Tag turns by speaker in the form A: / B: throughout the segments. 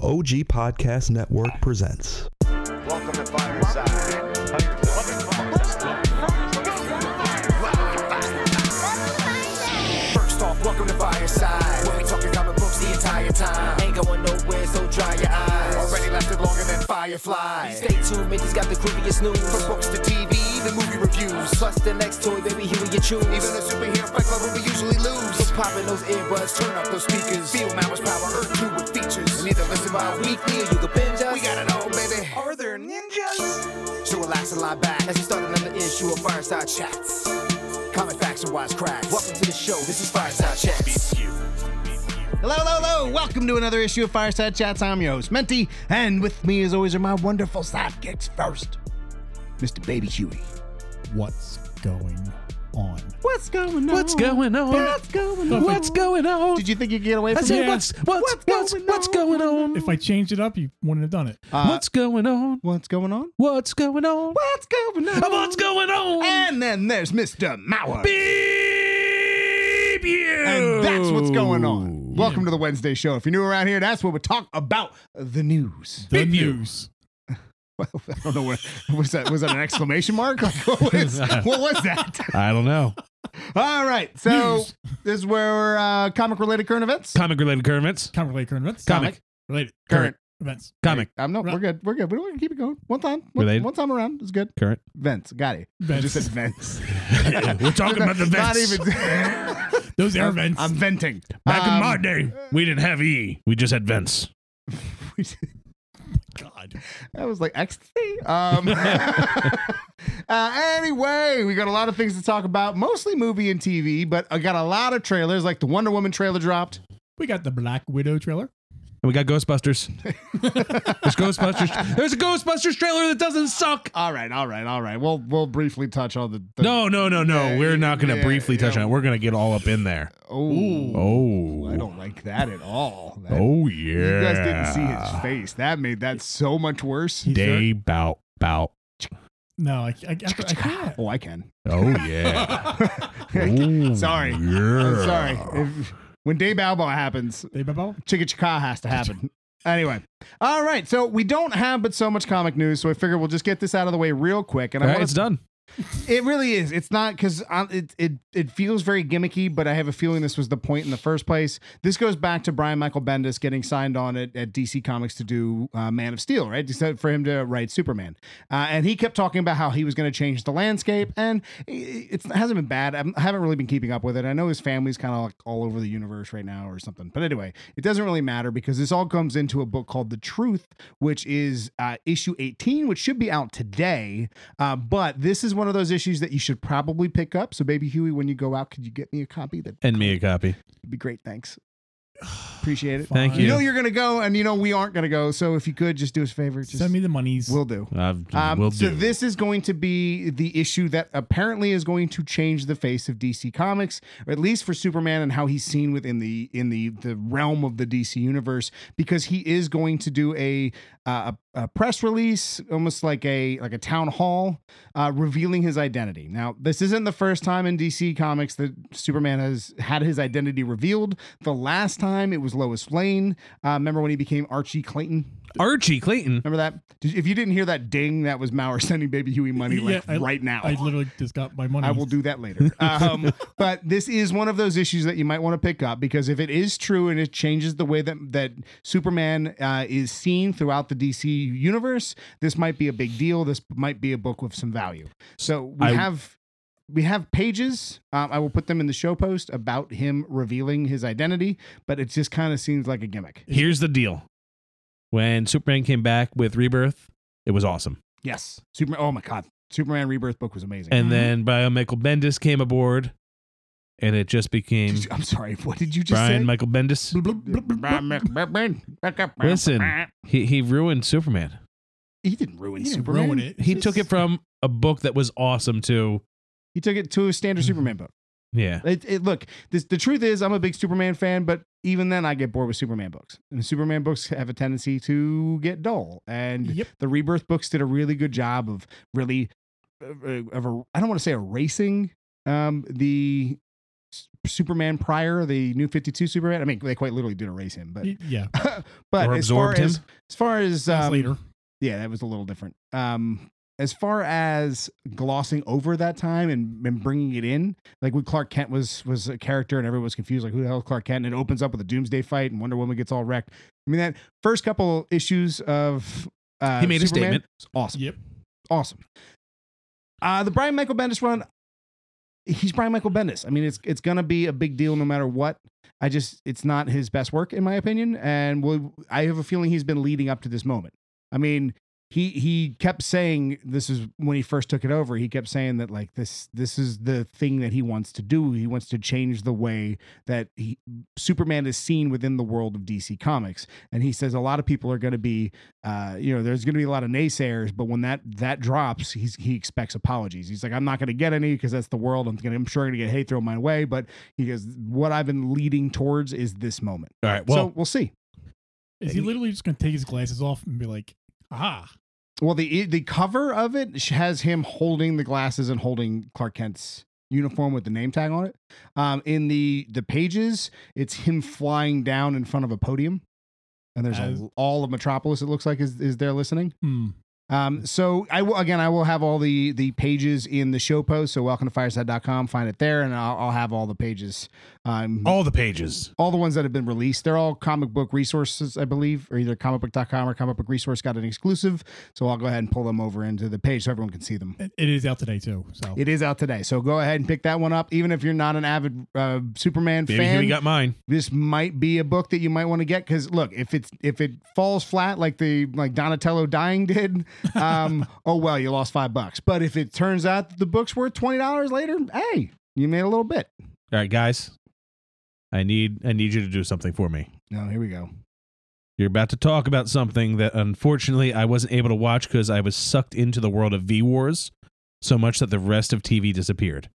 A: OG Podcast Network presents.
B: Welcome to Fireside. First off, welcome to Fireside. When we talking comic books the entire time, ain't going nowhere, so dry your eyes. Already lasted longer than Firefly.
C: Stay tuned, Mitch's got the creepiest
B: From
C: news.
B: books to TV, the movie reviews.
C: Plus the next toy, baby, here we you
B: Even
C: choose.
B: the superhero fight club where we usually lose.
C: So popping those earbuds,
B: Turn up those speakers. Feel Mama's power, Earth 2 with features. And either listen by
C: weekly,
B: weekly
C: or you can binge us.
B: We got it all, baby.
C: Are there ninjas?
B: So relax and lie back
C: As we start another issue of Fireside Chat.
B: chats. Comic facts and wise cracks.
C: Welcome to the show.
B: This is Fireside Chats.
D: Hello, hello, hello. Welcome to another issue of Fireside Chats. I'm your host, Menti, and with me, as always, are my wonderful sidekicks. First, Mr. Baby Huey.
E: what's going on.
D: What's going on?
F: What's going on?
D: What's going on?
F: What's going on?
D: Did you think you'd get away
F: I
D: from
F: said,
D: here?
F: what's, what's, what's,
D: going
F: what's
D: on?
F: going on?
E: If I changed it up, you wouldn't have done it.
D: Uh,
F: what's going on?
D: what's going on?
F: What's going on?
D: What's going on?
F: Uh, What's going on?
D: And then there's Mr. Mauer.
F: Beep you!
D: And that's what's going on. Welcome to the Wednesday show. If you're new around here, that's what we talk about the news.
E: The
F: Beep you.
E: news.
D: I don't know what was that. Was that an exclamation mark? Like, what, was, what was that?
F: I don't know.
D: All right, so
E: News.
D: this is where we're, uh, comic related current events.
F: Comic related current events.
E: Comic related current events.
F: Comic.
E: Related
F: Current.
E: events.
F: Comic.
D: Um, no, we're good. We're good. We're gonna keep it going. One time. One,
F: Related.
D: one time around is good.
F: Current.
D: Vents. Got it. I
E: Vents.
D: just said vents.
F: We're talking about the
D: Not
F: vents.
D: even.
E: Those air
D: I'm,
E: vents.
D: I'm venting.
F: Back in
D: Um,
F: my day, we didn't have E. We just had vents.
E: God.
D: That was like ecstasy. Um, uh, anyway, we got a lot of things to talk about, mostly movie and TV, but I got a lot of trailers, like the Wonder Woman trailer dropped.
E: We got the Black Widow trailer.
F: And we got Ghostbusters. There's Ghostbusters. There's a Ghostbusters trailer that doesn't suck.
D: All right, all right, all right. We'll we'll briefly touch on the, the
F: No, no, no, no.
D: Yeah,
F: We're not going to
D: yeah,
F: briefly touch
D: yeah.
F: on it. We're going to get all up in there.
D: Oh,
F: Oh.
D: I don't like that at all. That-
F: Oh yeah.
D: You guys didn't see his face. That made that so much worse.
E: He's very-
F: Day bout bout.
E: No, I, I, I, I can't.
D: Oh, I can.
F: Oh yeah. Oh,
D: Sorry. I'm
F: Yeah.
D: sorry. If, when Dave Balboa happens,
E: They bubble.
D: Chicka Chicka has to happen. Anyway, all right. So we don't have but so much comic news, so I figure we'll just get this out of the way real quick. And
F: All
D: I
F: right,
D: wanna,
F: it's done.
D: it really is. It's not because it, it it feels very gimmicky, but I have a feeling this was the point in the first place. This goes back to Brian Michael Bendis getting signed on at, at DC Comics to do uh, Man of Steel, right? Just for him to write Superman, uh, and he kept talking about how he was going to change the landscape, and it, it's, it hasn't been bad. I'm, I haven't really been keeping up with it. I know his family's kind of like all over the universe right now or something, but anyway, it doesn't really matter because this all comes into a book called The Truth, which is uh, issue 18, which should be out today. Uh, but this is one of those issues that you should probably pick up. So, Baby Huey, when you go out, could you get me a copy? That'd
F: And me a copy.
D: be great. Thanks. Appreciate it.
F: Thank
D: You
F: you.
D: know you're going to go, and you know we aren't going to go. So, if you could just do us a favor, just
E: Send me the monies.
D: we'll do.
F: I've,
D: Um,
F: will
D: so
F: do.
D: this is going to be the issue that apparently is going to change the face of DC Comics, or at least for Superman and how he's seen within the in the the realm of the DC universe, because he is going to do a uh, a, a press release, almost like a like a town hall, uh, revealing his identity. Now, this isn't the first time in DC Comics that Superman has had his identity revealed. The last time it was Lois Lane. Uh, remember when he became Archie Clayton?
F: Archie Clayton.
D: Remember that? Did, if you didn't hear that ding, that was Maurer sending Baby Huey money like
E: Yeah, I-
D: right now.
E: I literally just got my money.
D: I will do that later. Um, but this is one of those issues that you might want to pick up because if it is true and it changes the way that that Superman uh, is seen throughout the DC universe, this might be a big deal. This might be a book with some value. So we
F: I-
D: have. We have pages. Um, I will put them in the show post about him revealing his identity, but it just kind of seems like a gimmick.
F: Here's the deal. When Superman came back with Rebirth, it was awesome.
D: Yes, Superman. Oh my God, Superman Rebirth book was amazing.
F: And then Brian Michael Bendis came aboard, and it just became
D: Did you- I'm sorry. What did you uh, just
F: Brian
D: say?
F: Michael Bendis. Listen, he, he ruined Superman.
D: he didn't ruin
E: He didn't
D: Superman.
E: ruin it.
F: He
D: It's
F: took
D: just-
F: it from a book that was awesome to
D: He took it to a standard
F: Mm-hmm.
D: Superman book.
F: yeah.
D: It, it, look, this, the truth is, I'm a big Superman fan, but even then, I get bored with Superman books. And Superman books have a tendency to get dull. And
E: Yep.
D: the Rebirth books did a really good job of uh, really, of, of I don't want to say erasing um, the S- Superman prior, the new 52 Superman. I mean, they quite literally did erase him, but um,
E: Y- Yeah,
D: but
F: Or
D: as far
F: absorbed him?
D: as as far as
E: that's
D: um,
E: later.
D: yeah, that was a little different. Um, as far as glossing over that time and, and bringing it in, like when Clark Kent was was a character and everyone was confused, like who the hell is Clark Kent? And it opens up with a Doomsday fight and Wonder Woman gets all wrecked. I mean, that first couple issues of uh,
F: He made a
D: Superman
F: statement.
D: was Awesome,
E: Yep.
D: awesome. Uh, the Brian Michael Bendis run, he's Brian Michael Bendis. I mean, it's it's gonna be a big deal no matter what. I just it's not his best work in my opinion, and we'll, I have a feeling he's been leading up to this moment. I mean, he he kept saying this is when he first took it over. He kept saying that like this this is the thing that he wants to do. He wants to change the way that he, Superman is seen within the world of DC Comics. And he says a lot of people are going to be, uh, you know, there's going to be a lot of naysayers. But when that that drops, he's he expects apologies. He's like, I'm not going to get any because that's the world. I'm going I'm sure going to get hate thrown my way. But he goes, what I've been leading towards is this moment.
F: All right.
D: so
F: Well,
D: we'll see.
E: Is he literally just gonna take his glasses off and be like, "Aha,
D: Well, the the cover of it sh- has him holding the glasses and holding Clark Kent's uniform with the name tag on it. Um, in the the pages, it's him flying down in front of a podium, and there's
E: As-
D: a, all of Metropolis. It looks like is is there listening.
E: hmm,
D: Um, so I will again, I will have all the the pages in the show post. So welcome to fireside.com. Find it there, and I'll, I'll have all the pages. Um,
F: all the pages.
D: all the ones that have been released. They're all comic book resources, I believe, or either comicbook.com or comic book resource got an exclusive. So I'll go ahead and pull them over into the page so everyone can see them.
E: it it is out today too." So
D: It is out today. So go ahead and pick that one up. Even if you're not an avid uh, Superman
F: Baby
D: fan,
F: Huey got mine.
D: this might be a book that you might want to get because look, if it's if it falls flat like the like Donatello dying did, um, oh well, you lost five bucks. But if it turns out that the book's worth twenty dollars later, hey, you made a little bit.
F: All right, guys. I need I need you to do something for me.
D: No, here we go.
F: You're about to talk about something that unfortunately I wasn't able to watch because I was sucked into the world of V Wars so much that the rest of TV disappeared.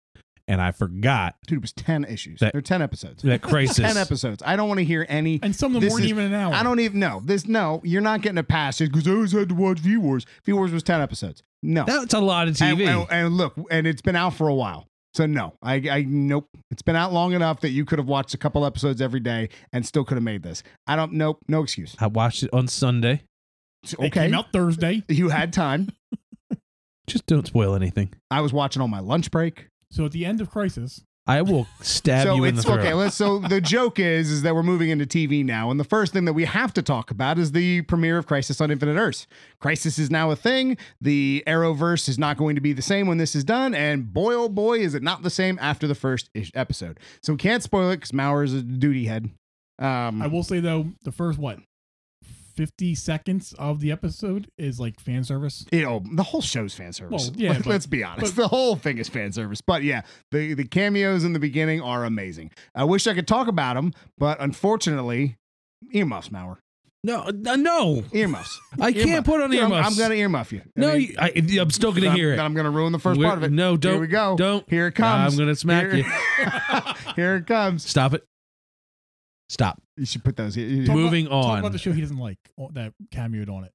F: And I forgot
D: Dude, it was ten issues.
F: That-
D: They're ten episodes.
F: that Crisis.
D: ten episodes. I don't want to hear any.
E: and some of them
D: This
E: weren't
D: is-
E: even an hour.
D: I don't even know this. No, you're not getting a pass because I always had to watch V Wars. V Wars was ten episodes. No,
F: That's a lot of TV.
D: And, and- and look, and it's been out for a while. So no, I, I nope. It's been out long enough that you could have watched a couple episodes every day and still could have made this. I don't. Nope. No excuse.
F: I watched it on Sunday.
D: It's
E: It
D: Okay.
E: came out Thursday,
D: You had time.
F: Just don't spoil anything.
D: I was watching on my lunch break.
E: so at the end of Crisis,
F: I will stab
D: so
F: you in the
D: it's
F: throat.
D: okay. Let's, so the joke is is that we're moving into TV now, and the first thing that we have to talk about is the premiere of Crisis on Infinite Earths. Crisis is now a thing. The Arrowverse is not going to be the same when this is done, and boy oh boy, is it not the same after the first ish episode. So we can't spoil it because Maurer is a duty head. Um,
E: I will say though, the first what, fifty seconds of the episode is like fan service.
D: you know, the whole show's fan service.
E: Well, yeah,
D: Let-
E: but-
D: let's be honest.
E: but-
D: the whole thing is fan service. But yeah, the, the cameos in the beginning are amazing. I wish I could talk about them, but unfortunately, earmuffs, Maurer.
F: No, uh, no,
D: Earmuffs.
F: I can't put on
D: Dude, I'm-
F: earmuffs.
D: I'm, gonna earmuff you. I
F: No,
D: mean,
F: you- I, I'm still gonna
D: then I'm-
F: hear it.
D: Then I'm gonna ruin the 1st
F: We're-
D: part of it.
F: No, don't.
D: Here we go.
F: Don't.
D: Here it comes.
F: I'm gonna smack
D: Here-
F: you.
D: Here it comes.
F: Stop it. Stop.
D: You should put those. Here.
E: Talk about-
F: Moving
E: Talk
F: on.
E: about the show he doesn't like or that cameoed on it.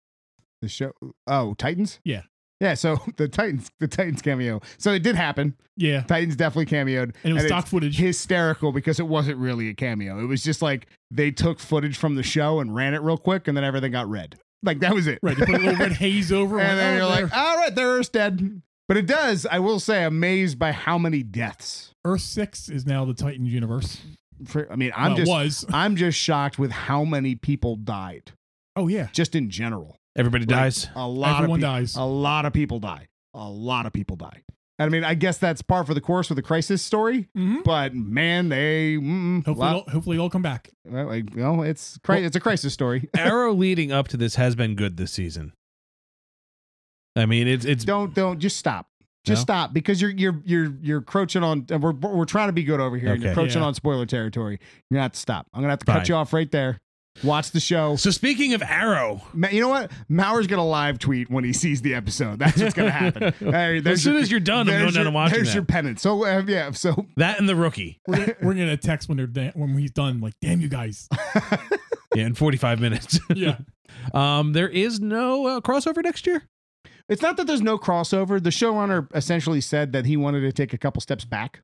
D: The show. Oh, Titans.
E: Yeah.
D: Yeah. So the Titans. The Titans cameo. So it did happen.
E: Yeah,
D: Titans definitely cameoed.
E: and it was
D: it's
E: stock footage.
D: Hysterical because it wasn't really a cameo. It was just like they took footage from the show and ran it real quick, and then everything got red. Like that was it.
E: Right, they put a little red haze over, it,
D: and then
E: oh,
D: you're like,
E: there-
D: all right, there is dead. But it does. I will say, amazed by how many deaths
E: Earth Six is now the Titans universe.
D: for, I mean, I'm
E: Well, it
D: just
E: was.
D: I'm just shocked with how many people died,
E: Oh yeah,
D: just in general.
F: Everybody
D: Like,
F: dies.
D: A lot
E: Everyone
D: of peop-
E: dies.
D: A lot of people die. A lot of people die. And I mean, I guess that's par for the course with the crisis story.
E: Mhm.
D: But man, they mm,
E: Hopefully,
D: lot-
E: they'll- hopefully, they'll come back.
D: well, like, well, it's cri-
F: Well-
D: it's a crisis story.
F: Arrow leading up to this has been good this season. I mean, it's it's
D: don't don't just stop. Just
F: No?
D: stop because you're you're you're you're crouching on. and We're we're trying to be good over here. And you're
F: Okay.
D: crouching
E: Yeah.
D: on spoiler territory. You're gonna have to stop. I'm gonna have to
F: Fine.
D: cut you off right there. Watch the show.
F: So speaking of Arrow,
D: Ma- You know what? Maurer's gonna live tweet when he sees the episode. That's what's gonna happen. Hey, there's
F: as soon
D: your-
F: as you're done, I'm
D: there's
F: going down
D: your-
F: and watching
D: There's
F: that.
D: your pennant. So uh, yeah, so
F: that and the rookie.
E: We're gonna, we're gonna text when they're da- when he's done. Like, damn you guys.
F: Yeah, in 45 minutes.
E: Yeah,
F: um, there is no uh, crossover next year.
D: it's not that there's no crossover. The showrunner essentially said that he wanted to take a couple steps back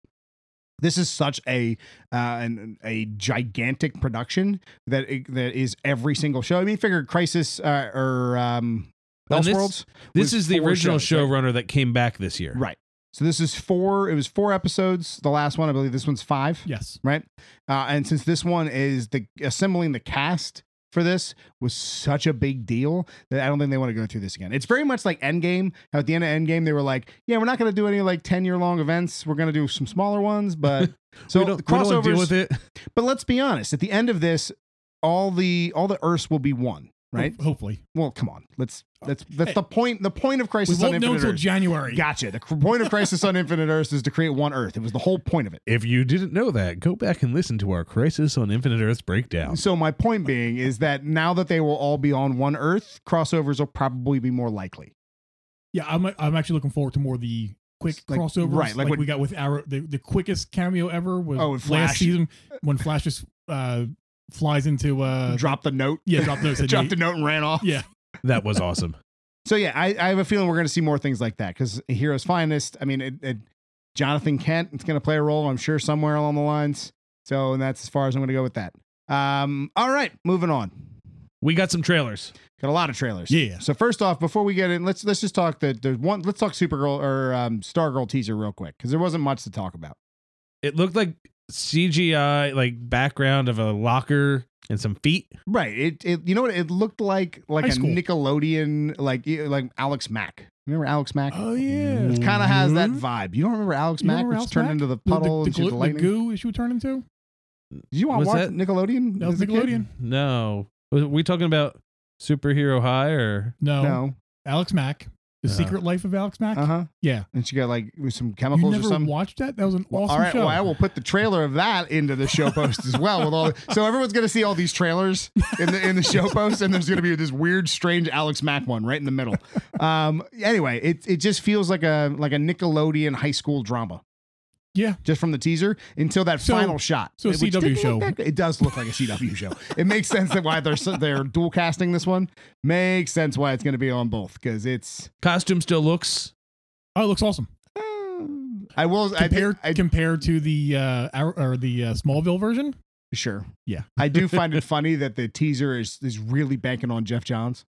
D: This is such a uh, an, a gigantic production that it, that is every single show. I mean, figure Crisis uh, or um,
F: And this-
D: Elseworlds.
F: This
D: was
F: is the
D: four
F: original
D: shows, right?
F: showrunner that came back this year.
D: Right. So this is four. It was four episodes. The last one, I believe, this one's five.
E: Yes.
D: Right. Uh, and since this one is the assembling the cast for this was such a big deal that I don't think they want to go through this again. It's very much like Endgame. How at the end of Endgame they were like, "Yeah, we're not going to do any like ten year long events. We're going to do some smaller ones." But so
F: we don't,
D: the
F: we don't wanna
D: crossovers.
F: deal with it.
D: But let's be honest. At the end of this, all the all the Earths will be one. Right.
E: Ho- Hopefully.
D: Well, come on. Let's
F: Uh,
D: that's that's the point. The point of
E: We
D: Crisis on
E: won't know
D: Infinite
E: until
D: Earths.
E: January.
D: Gotcha. The cr- point of Crisis on Infinite Earths is to create one Earth. It was the whole point of it.
F: If you didn't know that, go back and listen to our Crisis on Infinite Earths
E: Oh.
F: breakdown.
D: So my point being is that now that they will all be on one Earth, crossovers will probably be more likely.
E: Yeah, I'm I'm actually looking forward to more of the quick
D: Like-
E: crossovers.
D: right, like
E: like,
D: when-
E: we got with Arrow. The, the quickest cameo ever was
D: Oh, and Flash.
E: last season when Flash just uh, flies into uh,
D: Drop the note.
E: yeah, drop those.
D: Dropped a note and ran off.
E: Yeah,
F: That was awesome.
D: So yeah, I, I have a feeling we're going to see more things like that because Heroes Finest. I mean, it, it, Jonathan Kent is going to play a role, I'm sure, somewhere along the lines. So and that's as far as I'm going to go with that. Um, all right, moving on.
F: We got some trailers.
D: Got a lot of trailers.
E: Yeah.
D: So first off, before we get in, let's let's just talk the there's one. Let's talk Supergirl or um, Stargirl teaser real quick because there wasn't much to talk about.
F: It looked like CGI, like background of a locker and some feet.
D: Right. It, it you know what it looked like like
E: High
D: a
E: school.
D: Nickelodeon like you- like Alex Mack. Remember Alex Mack?
E: Oh, yeah. Mm-hmm.
D: It kind of has that
F: Mhm.
D: vibe. You don't remember Alex
E: You
D: Mack,
E: remember
D: which
E: Alex
D: turned
E: Mack?
D: into the
E: The-
D: puddle
E: the,
D: into
E: glu-
D: the
E: the
D: lightning.
E: goo she would turn into.
D: Did you want to
F: Was
D: watch
F: that-
D: Nickelodeon?
E: That was
D: as a kid?
E: Nickelodeon.
F: No. Were we talking about superhero high or
E: No,
D: No. Uh-huh.
E: Alex Mack, The
F: Uh.
E: Secret Life of Alex Mack.
D: Uh huh.
E: Yeah,
D: And she got like with some
E: you
D: chemicals or
E: never
D: something.
E: watched that. That was an
D: Well,
E: awesome
D: all right,
E: show.
D: well, I will put the trailer of that into the show post as well. With all, so everyone's gonna see all these trailers in the in the show post, and there's gonna be this weird, strange Alex Mack one right in the middle. Um, anyway, it it just feels like a like a Nickelodeon high school drama.
E: Yeah.
D: just from the teaser until that
E: So-
D: final shot.
E: so a
D: which
E: CW
D: didn't look
E: show.
D: that good. it does look like a CW show. It makes sense that why they're so- they're dual casting this one. Makes sense why it's gonna be on both because it's. eh,
F: costume still looks
E: oh, it looks awesome
D: I will. I,
E: compared
D: think- I
E: compared to the uh, our, or the uh, Smallville version.
D: Sure.
E: Yeah.
D: I do find it funny that the teaser is is really banking on Jeff Johns.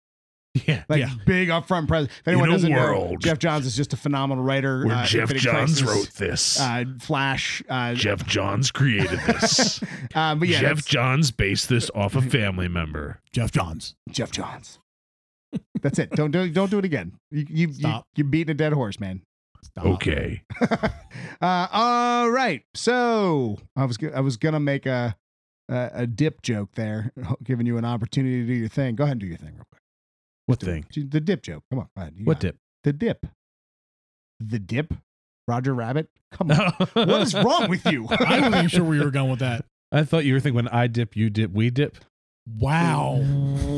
F: yeah.
D: Like
E: Yeah.
D: big upfront presence. If anyone
F: a
D: doesn't know,
F: world
D: Jeff Johns is just a phenomenal writer. uh, Infinite Crisis,
F: this.
D: uh, Flash. Uh,
F: Jeff Johns created this.
D: uh, but yeah, that's-
F: Johns based this off a family member.
E: Jeff Johns.
D: Jeff Johns. That's it. Don't do don't do it again. You you, you
E: Stop.
D: you're beating a dead horse, man.
E: Stop.
D: Uh-huh. uh, all right. So I was go- I was gonna make a, a a dip joke there, giving you an opportunity to do your thing. Go ahead and do your thing real quick.
F: What
D: Do it.
F: thing?
D: The dip joke. Come on. go ahead. You
F: What
D: got it.
F: dip?
D: The dip. The dip. Roger Rabbit. Come on. what is wrong with you?
E: I wasn't even sure where you were going with that.
F: I thought you were thinking when I dip, you dip, we dip.
E: Wow.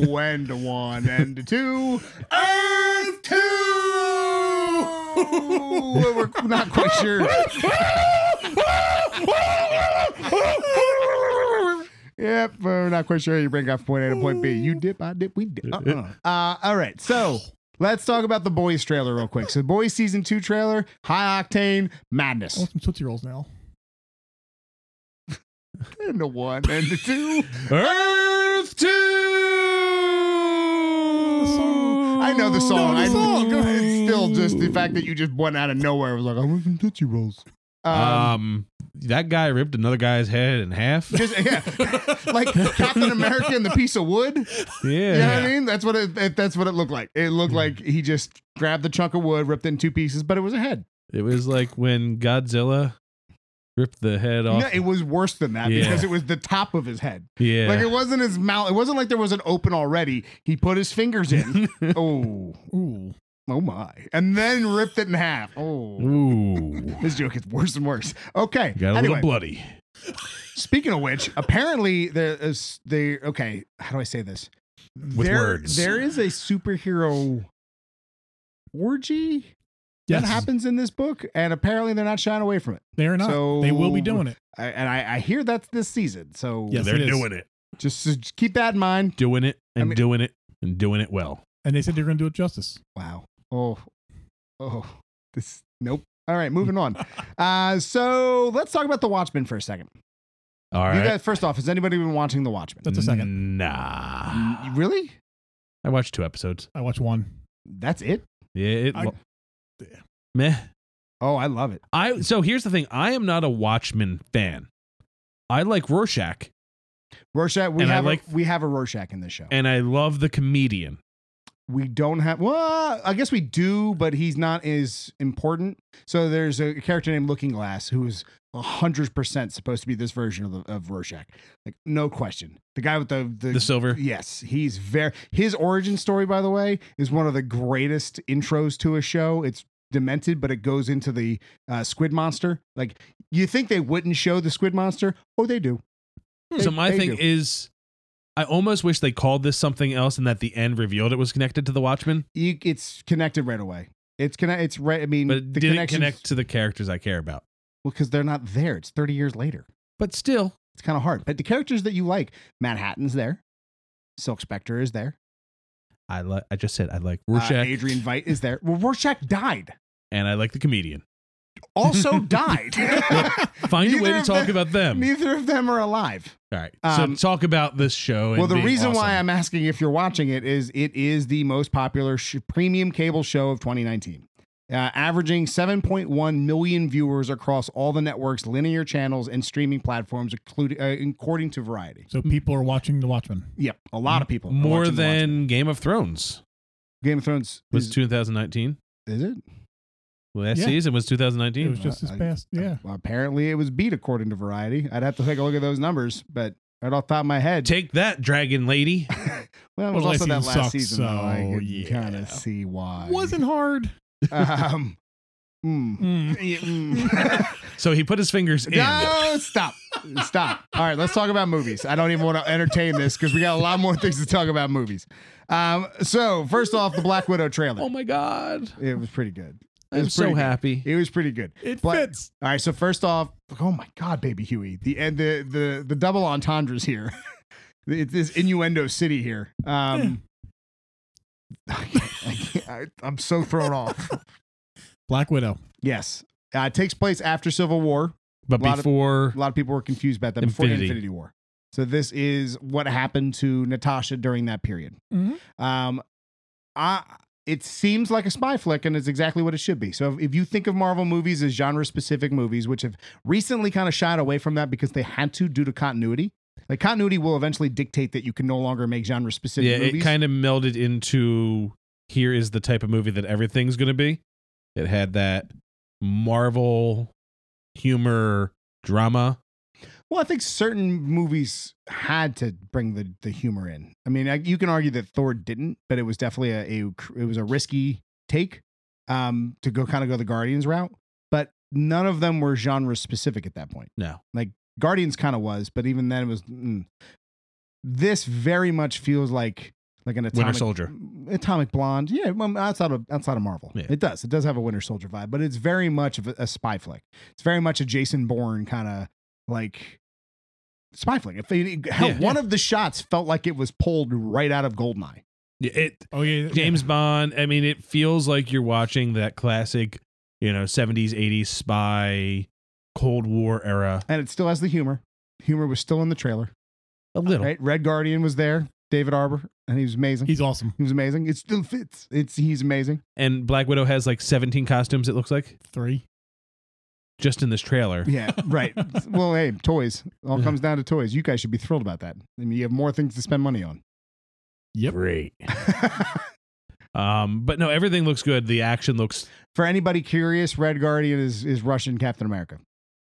D: When to one and to two. Earth two. We're not quite sure. Yep, we're not quite sure how you bring off point A to point B. You dip, I dip, we dip. Uh-uh. Uh, all right, so let's talk about the boys trailer real quick. So, boys season two trailer, high octane madness.
E: I want some Tootsie Rolls now.
D: and the one and the two.
F: Earth two.
D: I know the song.
E: Mm, the
D: I
E: song. Go ahead.
D: It's still just the fact that you just went out of nowhere. I was like, I want some Tootsie Rolls. Um,
F: Um, that guy ripped another guy's head in half.
D: just yeah, like Captain America and the piece of wood.
F: yeah.
D: You know what I mean? That's what it, it- that's what it looked like. It looked like he just grabbed the chunk of wood, ripped it in two pieces, but it was a head.
F: It was like when Godzilla ripped the head off.
D: No, it was worse than that
F: Yeah.
D: because it was the top of his head.
F: yeah.
D: Like it wasn't his mouth. It wasn't like there was an open already. He put his fingers in. oh,
E: Ooh.
D: oh my! And then ripped it in half. Oh,
F: Ooh.
D: this joke gets worse and worse. Okay.
F: Got a
D: anyway,
F: little bloody.
D: speaking of which, apparently there is they okay. How do I say this?
F: With
D: there,
F: words.
D: there is a superhero orgy
E: Yes.
D: that happens in this book, and apparently they're not shying away from it.
E: They're not.
D: So-
E: they will be doing it.
D: I, and I, I hear that's this season. So
E: Yes, it is.
F: it.
D: just, just keep that in mind.
F: Doing it and
D: I mean-
F: doing it and doing it well.
E: And they said they're going to do it justice.
D: Wow. Oh. Oh. This. Nope. All right, moving on. Uh, so let's talk about The Watchmen for a second.
F: All
D: you
F: right.
D: guys, first off, has anybody been watching The Watchmen?
E: That's a second.
F: Nah.
D: Mm, Really?
F: I watched two episodes.
E: I watched one.
D: That's it?
F: Yeah. It,
E: I-
F: meh.
D: Oh, I love it.
F: I so here's the thing. I am not a Watchmen fan. I like Rorschach,
D: Rorschach, we
F: And I
D: have
F: like-
D: a, we have a Rorschach in this show.
F: and I love the comedian.
D: we don't have well i guess we do but he's not as important so there's a character named looking glass who's 100% supposed to be this version of, the, of rorschach like no question the guy with the the,
F: The silver.
D: yes he's very his origin story by the way is one of the greatest intros to a show it's demented but it goes into the uh, squid monster like you think they wouldn't show the squid monster oh they do They-
F: so my
D: they
F: thing
D: do.
F: is I almost wish they called this something else and that the end revealed it was connected to the Watchmen,
D: you, it's connected right away it's connect it's right i mean
F: but it
D: the
F: didn't
D: connection's-
F: connect to the characters I care about.
D: Well, because they're not there. It's 30 years later.
F: But still,
D: It's kind of hard. But the characters that you like, Manhattan's there. Silk Spectre is there.
F: I like I just said I like
D: Uh,
F: Rorschach
D: Adrian Veidt is there. Well, Rorschach died.
F: and I like the comedian.
D: Also died.
F: Find a way
D: Neither
F: to
D: of
F: talk
D: them-
F: about them.
D: Neither of them are alive.
F: All right.
D: Um,
F: so talk about this show. And
D: Well, the
F: being
D: reason why I'm
F: awesome.
D: asking if you're watching it is it is the most popular sh- premium cable show of 2019. Uh, averaging 7.1 million viewers across all the networks, linear channels, and streaming platforms, including, uh, according to Variety.
E: So people are watching The Watchmen.
D: Yep, a lot of people. are
F: more
D: watching The Watchmen.
F: than Game of Thrones
D: Game of Thrones
F: was
D: is,
F: 2019.
D: is it?
F: Last
E: Yeah.
F: season was 2019.
E: It was just this
D: I-
E: past. Yeah.
D: Uh, Well, apparently it was beat according to Variety. I'd have to take a look at those numbers, but right off the top of my head,
F: Take that, Dragon Lady.
D: well, it was
E: Well,
D: also
E: last
D: that
E: season
D: last
E: sucked,
D: season. though. I
E: so,
D: could
E: yeah.
D: kind of see why.
E: Wasn't hard.
D: um, mm. Yeah, mm.
F: So he put his fingers in.
D: no, stop, stop. All right, let's talk about movies. I don't even want to entertain this because we got a lot more things to talk about movies. Um, so first off, the Black Widow trailer.
F: Oh my God!
D: It was pretty good.
F: I'm
D: was
F: so
D: pretty good.
F: happy.
D: It was pretty good.
E: It
D: Black-
E: fits.
D: All right, so first off, oh my God, baby Huey, the and the the the double entendres here. it's this innuendo city here. Um, I can't- I, am so thrown off.
E: Black Widow.
D: Yes, uh, it takes place after Civil War.
F: But
D: lot of-
F: before
D: A lot of people were confused about that before
F: Infinity.
D: Infinity War. So this is what happened to Natasha during that period.
E: Mhm.
D: Um, I it seems like a spy flick, and it's exactly what it should be. So if, if you think of Marvel movies as genre specific movies, which have recently kind of shied away from that because they had to due to continuity. Like continuity will eventually dictate that you can no longer make genre specific
F: yeah,
D: movies.
F: it kind of melded into here is the type of movie that everything's going to be. It had that Marvel humor drama.
D: Well, I think certain movies had to bring the, the humor in. I mean, I, you can argue that Thor didn't, but it was definitely a, a it was a risky take um, to go kind of go the Guardians route. But none of them were genre specific at that point.
F: No.
D: like Guardians kind of was, but even then it was. Mm. This very much feels like like an atomic
F: Soldier.
D: atomic blonde. Yeah, well, outside of outside of Marvel,
F: Yeah.
D: it does. It does have a Winter Soldier vibe, but it's very much of a, a spy flick. It's very much a Jason Bourne kind of like spy flick. If it, hell,
F: Yeah.
D: one of the shots felt like it was pulled right out of Goldeneye.
F: Yeah, It
E: Oh yeah.
F: James Bond. I mean, it feels like you're watching that classic, you know, 70s, 80s spy Cold War era.
D: and it still has the humor. Humor was still in the trailer,
F: A little.
D: right? Red Guardian was there, David Arbor, and he was amazing.
E: He's awesome.
D: he was amazing. It still fits. It's he's amazing.
F: And Black Widow has like 17 costumes, it looks like,
E: Three.
F: just in this trailer.
D: Yeah, right. well, hey, toys. All comes down to toys. You guys should be thrilled about that. I mean, you have more things to spend money on.
E: Yep.
F: Great. Um, but no, everything looks good. The action looks
D: for anybody curious, Red Guardian is is Russian Captain America.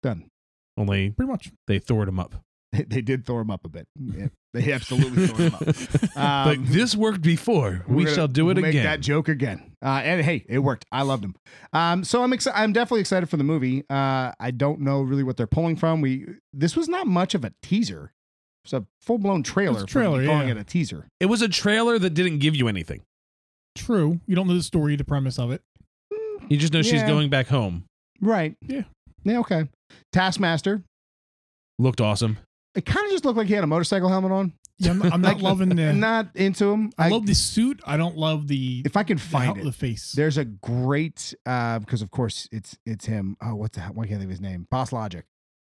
D: Done.
F: only
E: Pretty much.
F: they thored him up.
D: They, they did throw him up a bit. Yeah, they absolutely throw him up. Um,
F: like this worked before.
D: we're
F: We
D: gonna
F: shall do it
D: make
F: again.
D: That joke again. Uh, and hey, it worked. I loved him. Um, so I'm excited. I'm definitely excited for the movie. Uh, I don't know really what they're pulling from. We this was not much of a teaser. It's a full blown trailer.
E: It's a
D: for
E: trailer,
D: calling
E: yeah.
D: it a teaser.
F: it was a trailer that didn't give you anything.
E: True. You don't know the story, the premise of it.
F: You just know she's
D: Yeah.
F: going back home.
D: Right.
E: Yeah.
D: Yeah. Okay. Taskmaster.
F: Looked awesome.
D: It kind of just looked like he had a motorcycle helmet on.
E: Yeah, I'm, I'm not loving the.
D: I'm not into them.
E: I, love the suit. I don't love the
D: if I could find
E: the,
D: it.
E: the face.
D: There's a great uh because of course it's it's him. Oh, what the hell? Why can't I think of his name? Boss Logic.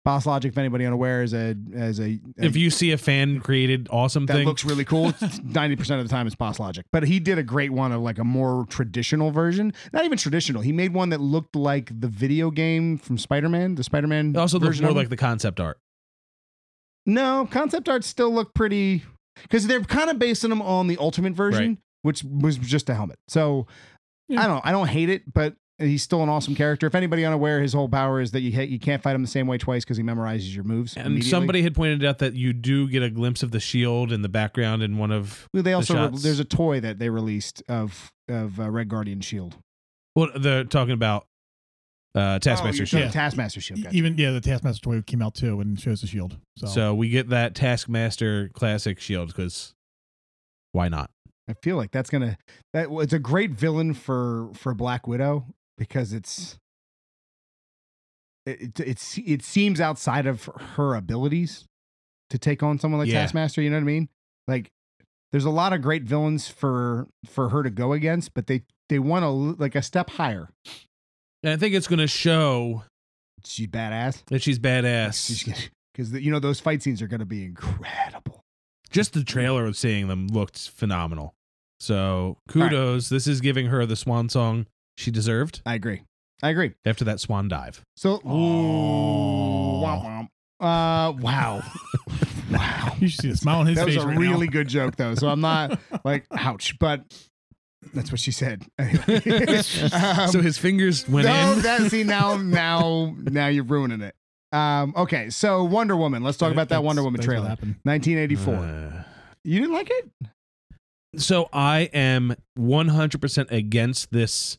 D: Boss Logic. If anybody unaware is a as a, a-
F: If you see a fan created awesome
D: that
F: thing,
D: looks really cool, ninety percent of the time it's Boss Logic. But he did a great one of like a more traditional version. Not even traditional. He made one that looked like the video game from Spider Man. The Spider Man
F: it also looks
D: version
F: more
D: of it.
F: like the concept art.
D: No, concept art still look pretty because they're kind of basing them on the ultimate version,
F: Right.
D: which was just a helmet. So
E: Yeah.
D: I don't, I don't hate it, but he's still an awesome character. If anybody unaware, his whole power is that you ha- you can't fight him the same way twice because he memorizes your moves.
F: And
D: immediately.
F: somebody had pointed out that you do get a glimpse of the shield in the background in one of
D: Well, they also re-
F: shots.
D: there's a toy that they released of of uh, Red Guardian Shield.
F: well, they're talking about uh, Taskmaster
D: Oh, you're
F: shield.
D: talking Taskmaster Shield.
E: E-
D: Gotcha.
E: Even yeah, the Taskmaster toy came out too and shows the shield. So,
F: So we get that Taskmaster classic shield because why not?
D: I feel like that's gonna that it's a great villain for for Black Widow because it's it it, it's, it seems outside of her abilities to take on someone like
F: Yeah.
D: Taskmaster. You know what I mean? Like, there's a lot of great villains for for her to go against, but they they want to like a step higher.
F: And I think it's going to show
D: She badass.
F: that she's badass.
D: Because you know those fight scenes are gonna be incredible.
F: Just the trailer of seeing them looked phenomenal. So kudos. This is giving her the swan song she deserved
D: I agree. I agree.
F: after that swan dive.
D: So,
E: Oh.
D: Womp womp. uh, wow, wow.
E: you should see the smile on his
D: that was
E: face
D: a
E: right
D: really
E: now.
D: good joke though so i'm not like ouch but that's what she said Um,
F: so his fingers went
D: no,
F: in.
D: that see now now now you're ruining it um okay so wonder woman let's talk about that
E: That's-
D: wonder woman
E: that's what
D: trailer
E: happened.
D: 1984
F: Uh,
D: you didn't like it
F: so I am 100% against this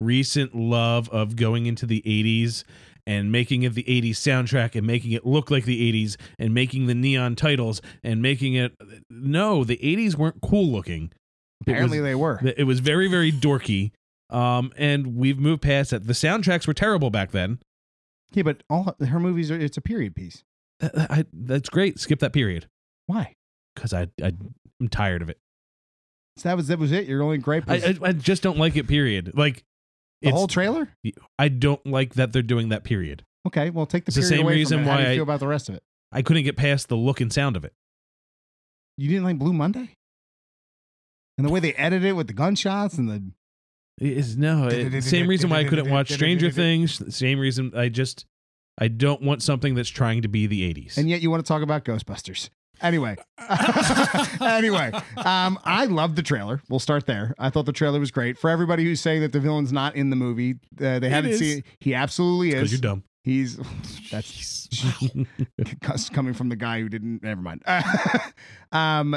F: recent love of going into the 80s and making it the 80s soundtrack and making it look like the 80s and making the neon titles and making it no the 80s weren't cool looking It was-
D: apparently they were
F: it was very very dorky um and we've moved past that the soundtracks were terrible back then
D: yeah but all her movies are it's a period piece
F: Th- th- I- that's great skip that period
D: why
F: cuz I, I I'm tired of it
D: so that was that was it your only gripe
F: I,
D: was
F: I I just don't like it period like
D: the
F: it's-
D: whole trailer
F: I don't like that they're doing that period
D: okay well take the
F: It's the
D: period
F: same
D: away from
F: reason
D: it. how do
F: why
D: you
F: I-
D: feel about the rest of it
F: I couldn't get past the look and sound of it.
D: you didn't like blue monday and the way they edited it with the gunshots and the
F: It's no it- same reason why I couldn't watch Stranger Things. Same reason I just I don't want something that's trying to be the eighties.
D: and yet you want to talk about Ghostbusters. Anyway, anyway, um, I loved the trailer. We'll start there. I thought the trailer was great. For everybody who's saying that the villain's not in the movie, uh, they haven't
E: is.
D: seen. He absolutely
F: Because you're
D: is.
F: dumb.
D: He's that's cuss coming from the guy who didn't. Never mind. um,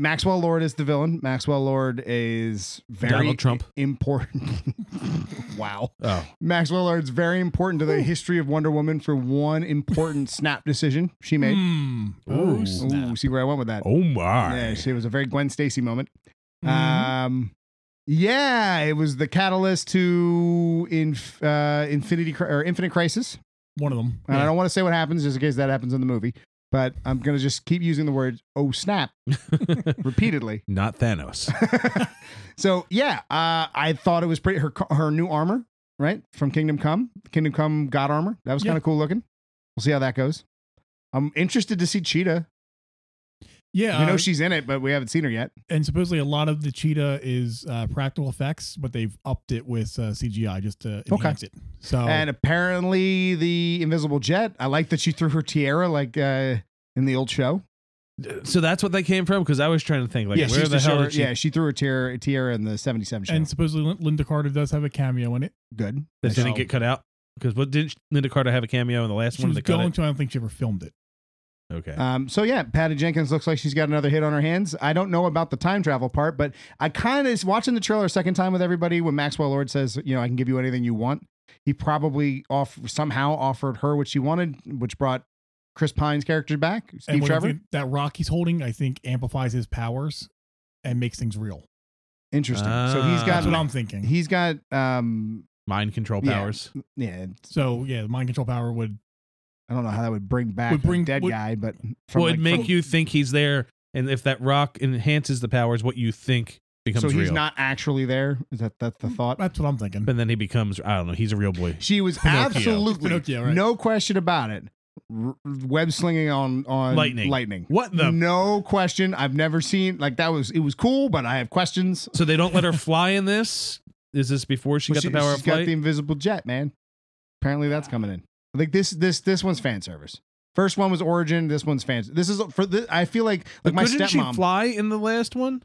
D: Maxwell Lord is the villain. Maxwell Lord is very
F: Donald Trump.
D: important. wow.
F: Oh,
D: Maxwell Lord's very important to the history of Wonder Woman for one important snap decision she made.
E: Mm. Oh,
F: Ooh.
E: snap.
D: Ooh, see where I went with that.
F: oh my!
D: yeah, she- it was a very Gwen Stacy moment.
E: Mhm.
D: Um, yeah, it was the catalyst to inf- uh, Infinity Cri- or Infinite Crisis.
E: Hmm. One of them.
D: And I
E: Yeah.
D: don't want to say what happens, just in case that happens in the movie. But I'm gonna just keep using the word "oh snap" repeatedly.
F: Not Thanos.
D: so yeah, uh, I thought it was pretty. Her co- her new armor, right from Kingdom Come, Kingdom Come God armor. That was
E: Yeah.
D: kind of cool looking. We'll see how that goes. I'm interested to see Cheetah.
E: Yeah,
D: we know
E: uh,
D: she's in it, but we haven't seen her yet.
E: and supposedly a lot of the cheetah is uh, practical effects, but they've upped it with uh, CGI just to enhance it. So
F: Oh.
D: And apparently, the invisible jet. I like that she threw her tiara like uh, in the old show.
F: so that's what they came from. Because I was trying to think like
D: she
F: where
D: used
F: the
D: to show
F: hell
D: her-
F: did she?
D: yeah, she threw her tiara, tiara in the '77 show.
E: and supposedly Lin- Linda Carter does have a cameo in it.
D: Good.
F: that
D: So-
F: didn't get cut out. Because what didn't Linda Carter have a cameo in the last
E: She
F: one?
E: was
F: They cut
E: going
F: it?
E: to. I don't think she ever filmed it.
F: Okay.
D: Um, so yeah, Patty Jenkins looks like she's got another hit on her hands. I don't know about the time travel part, but I kind of watching the trailer a second time with everybody when Maxwell Lord says, you know, I can give you anything you want. He probably off somehow offered her what she wanted, which brought Chris Pine's character back, Steve
E: and what I
D: Trevor.
E: think that rock he's holding, I think, amplifies his powers and makes things real.
D: Interesting. so he's got
F: Ah.
E: That's what I'm thinking.
D: he's got um
F: Mind control
D: yeah.
F: powers.
D: yeah
E: so yeah, the mind control power would
D: I don't know how that would bring back
E: Would bring-
D: a dead
E: would-
D: guy, but from
F: Would
D: like,
F: make
D: from-
F: you think he's there, and if that rock enhances the powers, what you think becomes
D: so he's
F: real.
D: not actually there. Is that that's the thought?
E: That's what I'm thinking.
F: and then he becomes. I don't know. He's a real boy.
D: She was
F: Pinocchio.
D: absolutely
E: Pinocchio, right.
D: no question about it. R- web slinging on on
F: Lightning.
D: lightning.
F: What the?
D: No question. I've never seen like that was it was cool, but I have questions.
F: So they don't let her fly in this. Is this before she
D: Well,
F: got the power
D: she's
F: of
D: got
F: flight?
D: the invisible jet, man. Apparently that's coming in. Like this this this one's fan service. First one was Origin. This one's fans. This is for the. I feel like like
F: But
D: my
F: couldn't she
D: stepmom.
F: fly in the last one?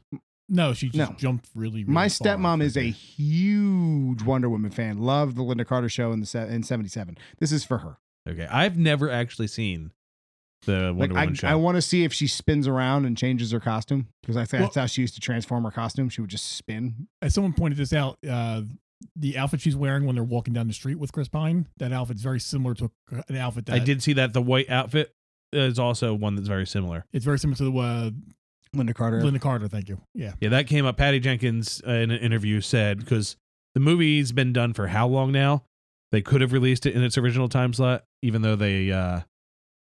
E: no, she just
D: No.
E: jumped really. really
D: my
E: far.
D: stepmom is a huge Wonder Woman fan. Loved the Linda Carter show in the se- in '77. This is for her.
F: Okay, I've never actually seen the Wonder
D: like
F: Woman
D: I,
F: show.
D: I want to see if she spins around and changes her costume because I think
E: Well-
D: that's how she used to transform her costume. She would just spin.
E: As someone pointed this out, uh, the outfit she's wearing when they're walking down the street with Chris Pine, that outfit's very similar to an outfit that
F: I did see that the white outfit is also one that's very similar.
E: It's very similar to the uh,
D: Linda Carter.
E: Linda Carter. Thank you. Yeah,
F: Yeah, that came up. Patty Jenkins uh, in an interview said because the movie's been done for how long now? They could have released it in its original time slot, even though they uh,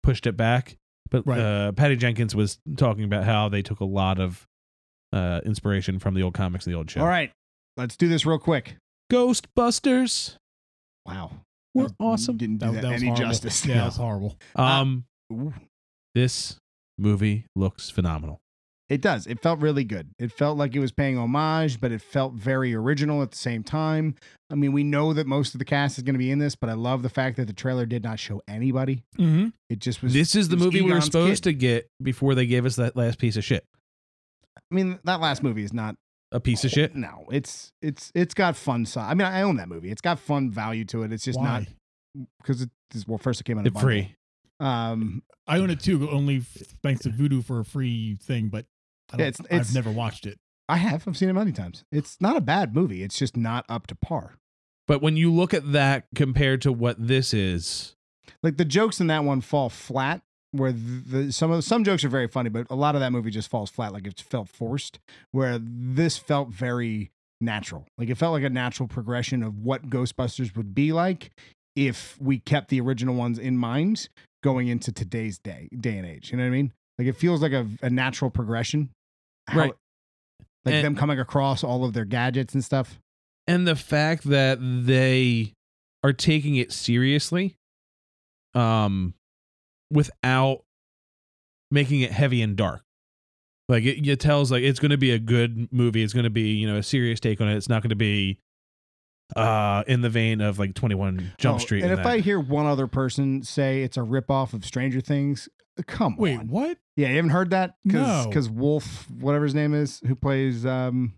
F: pushed it back. But
E: Right.
F: uh, Patty Jenkins was talking about how they took a lot of uh, inspiration from the old comics, and the old show.
D: All right, let's do this real quick.
F: Ghostbusters
D: Wow,
F: were
D: That was-
F: awesome.
D: Didn't do that,
E: was
D: any
E: horrible.
D: justice.
E: Yeah, that was horrible.
D: Uh,
F: Um,
D: Ooh.
F: this movie looks phenomenal.
D: It does. It felt really good. It felt like it was paying homage, but it felt very original at the same time. I mean, we know that most of the cast is going to be in this, but I love the fact that the trailer did not show anybody.
E: Mm-hmm.
D: It just was.
F: This is
D: it
F: the
D: was
F: movie we were
D: Egon's
F: supposed
D: kid.
F: to get before they gave us that last piece of shit.
D: I mean, that last movie is not
F: A piece of shit.
D: Oh, No, it's it's it's got fun. Si- I mean, I own that movie. It's got fun value to it. It's just not because it is well. First, it came out of
F: It's free.
D: Um,
E: I own it too, but only f- thanks to Voodoo for a free thing. But I don't,
D: It's- it's-
E: I've never watched it.
D: I have. I've seen it many times. It's not a bad movie. It's just not up to par.
F: But when you look at that compared to what this is,
D: Like the jokes in that one fall flat. Where the some of some jokes are very funny, but a lot of that movie just falls flat. Like it felt forced. Where this felt very natural. Like it felt like a natural progression of what Ghostbusters would be like if we kept the original ones in mind going into today's day day and age. You know what I mean? Like it feels like a, a natural progression. How-
F: Right.
D: Like
F: And-
D: them coming across all of their gadgets and stuff.
F: and the fact that they are taking it seriously, um, without making it heavy and dark, like it, it tells like it's going to be a good movie. It's going to be you know a serious take on it. It's not going to be, uh, in the vein of like Twenty One Jump
D: Oh,
F: Street.
D: And if
F: that.
D: I hear one other person say it's a ripoff of Stranger Things, come
E: Wait,
D: on.
E: what?
D: Yeah, you haven't heard that?
E: No.
D: Because Wolf, whatever his name is, who plays um,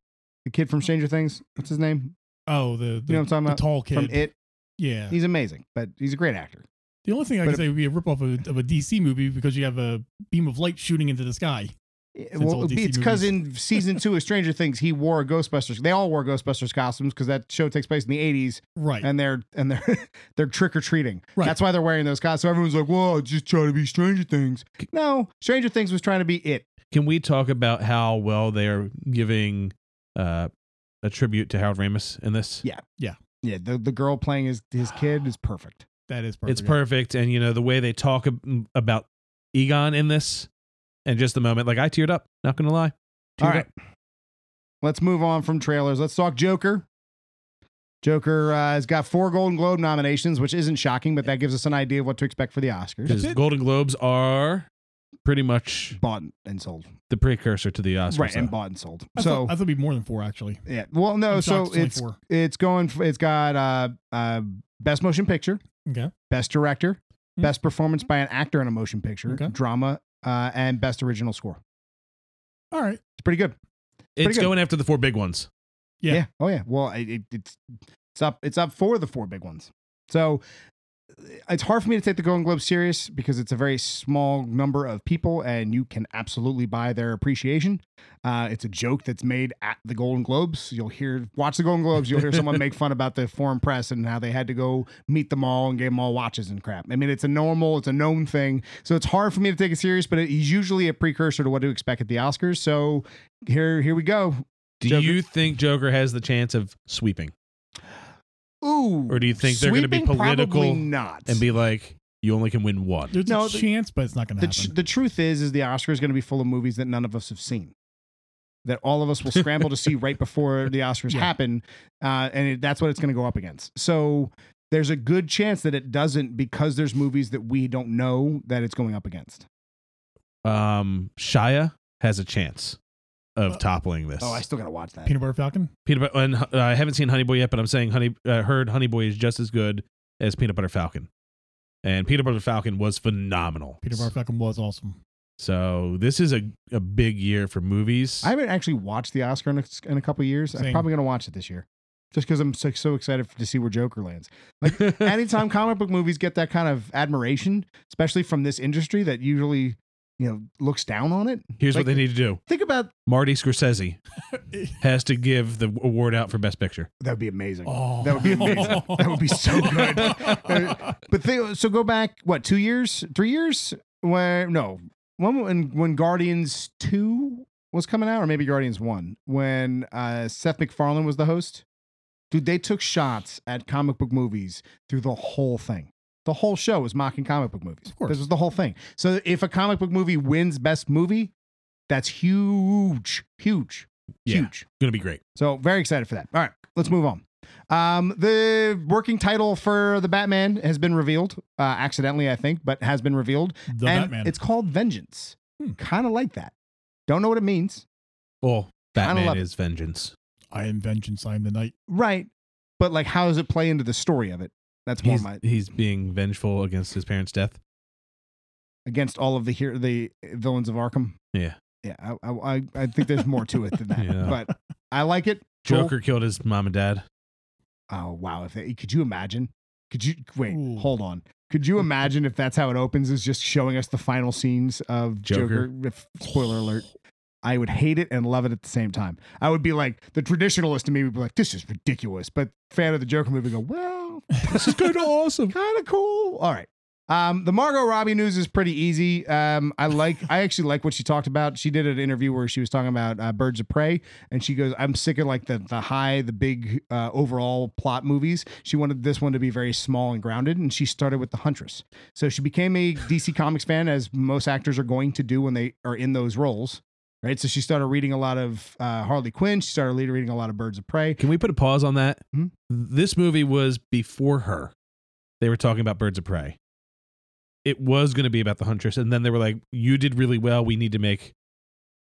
D: the kid from Stranger Things, what's his name?
E: Oh, the, the
D: You know what I'm talking
E: the
D: about?
E: tall kid.
D: From It.
E: yeah.
D: He's amazing, but he's a great actor.
E: The only thing I
D: but
E: could
D: it-
E: say would be a ripoff of, of a DC movie because you have a beam of light shooting into the sky.
D: Yeah,
E: Since
D: Well,
E: all
D: it'd be-
E: DC
D: it's because in season two of Stranger Things, he wore a Ghostbusters. They all wore Ghostbusters costumes because that show takes place in the '80s,
E: Right.
D: and they're and they're they're trick or treating.
E: Right.
D: That's why they're wearing those costumes. So everyone's like, "Whoa, just try to be Stranger Things." No, Stranger Things was trying to be it.
F: Can we talk about how well they are giving uh, a tribute to Harold Ramis in this?
D: Yeah. Yeah, the the girl playing his his kid is perfect.
E: that is perfect.
F: It's perfect, and you know the way they talk ab- about Egon in this, and just the moment, like I teared up. Not gonna lie.
D: All
F: Teared
D: right.
F: up.
D: Let's move on from trailers. Let's talk Joker. Joker uh, has got four Golden Globe nominations, which isn't shocking, but that gives us an idea of what to expect for the Oscars.
F: because
E: it.
F: Golden Globes are pretty much
D: Bought and sold,
F: the precursor to the Oscars.
D: right? And
F: though.
D: bought and sold.
E: I
D: so
E: thought, I thought it'd be more than four actually.
D: yeah, well, no.
E: I'm
D: So
E: shocked it's only
D: it's
E: four.
D: it's going. f- It's got uh, uh, best motion picture,
E: Okay.
D: best director,
E: Hmm.
D: best performance by an actor in a motion picture,
E: Okay.
D: drama, uh, and best original score.
E: All right.
D: It's pretty good.
F: it's
D: good.
F: going after the four big ones.
E: Yeah.
D: Oh yeah. Well, it, it, it's it's up it's up for the four big ones. So uh, it's hard for me to take the Golden Globe serious because it's a very small number of people, and you can absolutely buy their appreciation. Uh, it's a joke that's made at the Golden Globes. You'll hear watch the Golden Globes. You'll hear someone make fun about the foreign press and how they had to go meet them all and gave them all watches and crap. I mean, it's a normal, it's a known thing. So it's hard for me to take it serious, but it is usually a precursor to what to expect at the Oscars. So here, here we go.
F: Do
D: Joker.
F: you think Joker has the chance of sweeping,
D: Ooh.
F: or do you think they're going to be
D: Sweeping? Probably
F: political
D: Not.
F: and be like, You only can win one.
E: There's
D: No,
E: a
D: the-
E: chance, but it's not going to
D: The,
E: happen.
D: tr- the truth is, is the Oscar is going to be full of movies that none of us have seen, that all of us will scramble to see right before the Oscars
E: Yeah.
D: happen, uh, and it, that's what it's going to go up against. So there's a good chance that it doesn't because there's movies that we don't know that it's going up against.
F: Um, Shia has a chance of
E: Uh,
F: toppling this.
D: Oh, I still got to watch that.
E: Peanut Butter Falcon?
F: Peanut butter, and uh, I haven't seen Honey Boy yet, but I'm saying Honey uh, heard Honey Boy is just as good as Peanut Butter Falcon, and Peanut Butter Falcon was phenomenal.
E: Peanut Butter Falcon was awesome.
F: So this is a, a big year for movies.
D: I haven't actually watched the Oscar in a, in a couple of years. I'm
E: Same.
D: probably going to watch it this year, just because I'm so, so excited to see where Joker lands. Like anytime comic book movies get that kind of admiration, especially from this industry that usually you know looks down on it.
F: Here's
D: like-
F: what they need to do:
D: Think about
F: Marty Scorsese has to give the award out for Best Picture.
D: that would be amazing.
E: Oh.
D: That would be amazing. that would be so good. Uh, but they, so go back what two years, three years? Where no, when when, when Guardians two was coming out, or maybe Guardians one, when uh, Seth MacFarlane was the host. Dude, they took shots at comic book movies through the whole thing. The whole show was mocking comic book movies.
E: course.
D: This was the whole thing. So if a comic book movie wins best movie, that's huge, huge,
F: Yeah.
D: huge.
F: Gonna be great.
D: So very excited for that. All right, let's move on. Um, the working title for the Batman has been revealed, uh, accidentally, I think, but has been revealed.
E: The
D: and
E: Batman.
D: It's called Vengeance.
E: Hmm.
D: Kind of like that. Don't know what it means,
F: Oh,
D: Kinda love
F: Batman
D: it.
F: is vengeance.
E: I am vengeance. I am the knight.
D: right? But like, how does it play into the story of it? That's more
F: He's,
D: my
F: he's being vengeful against his parents' death.
D: against all of the here the villains of Arkham.
F: Yeah.
D: Yeah, I I, I- I think there's more to it than that,
F: Yeah.
D: but I like it. Cool.
F: Joker killed his mom and dad.
D: Oh wow! If they, could you imagine? Could you wait?
E: Ooh.
D: Hold on. Could you imagine if that's how it opens? Is just showing us the final scenes of Joker.
F: Joker.
D: if- spoiler alert. I would hate it and love it at the same time. I would be like the traditionalist in me would be like, "This is ridiculous," but fan of the Joker movie go, "Well,
F: this is kind of awesome.
D: kind of cool. All right. Um, the Margot Robbie news is pretty easy. Um, I like, I actually like what she talked about. She did an interview where she was talking about uh, Birds of Prey, and she goes, "I'm sick of like the the high, the big uh, overall plot movies." She wanted this one to be very small and grounded, and she started with the Huntress. So she became a DC Comics fan, as most actors are going to do when they are in those roles, right? So she started reading a lot of uh, Harley Quinn. She started reading a lot of Birds of Prey.
F: Can we put a pause on that?
D: Hmm?
F: This movie was before her. They were talking about Birds of Prey. It was going to be about the Huntress, and then they were like, "You did really well. We need to make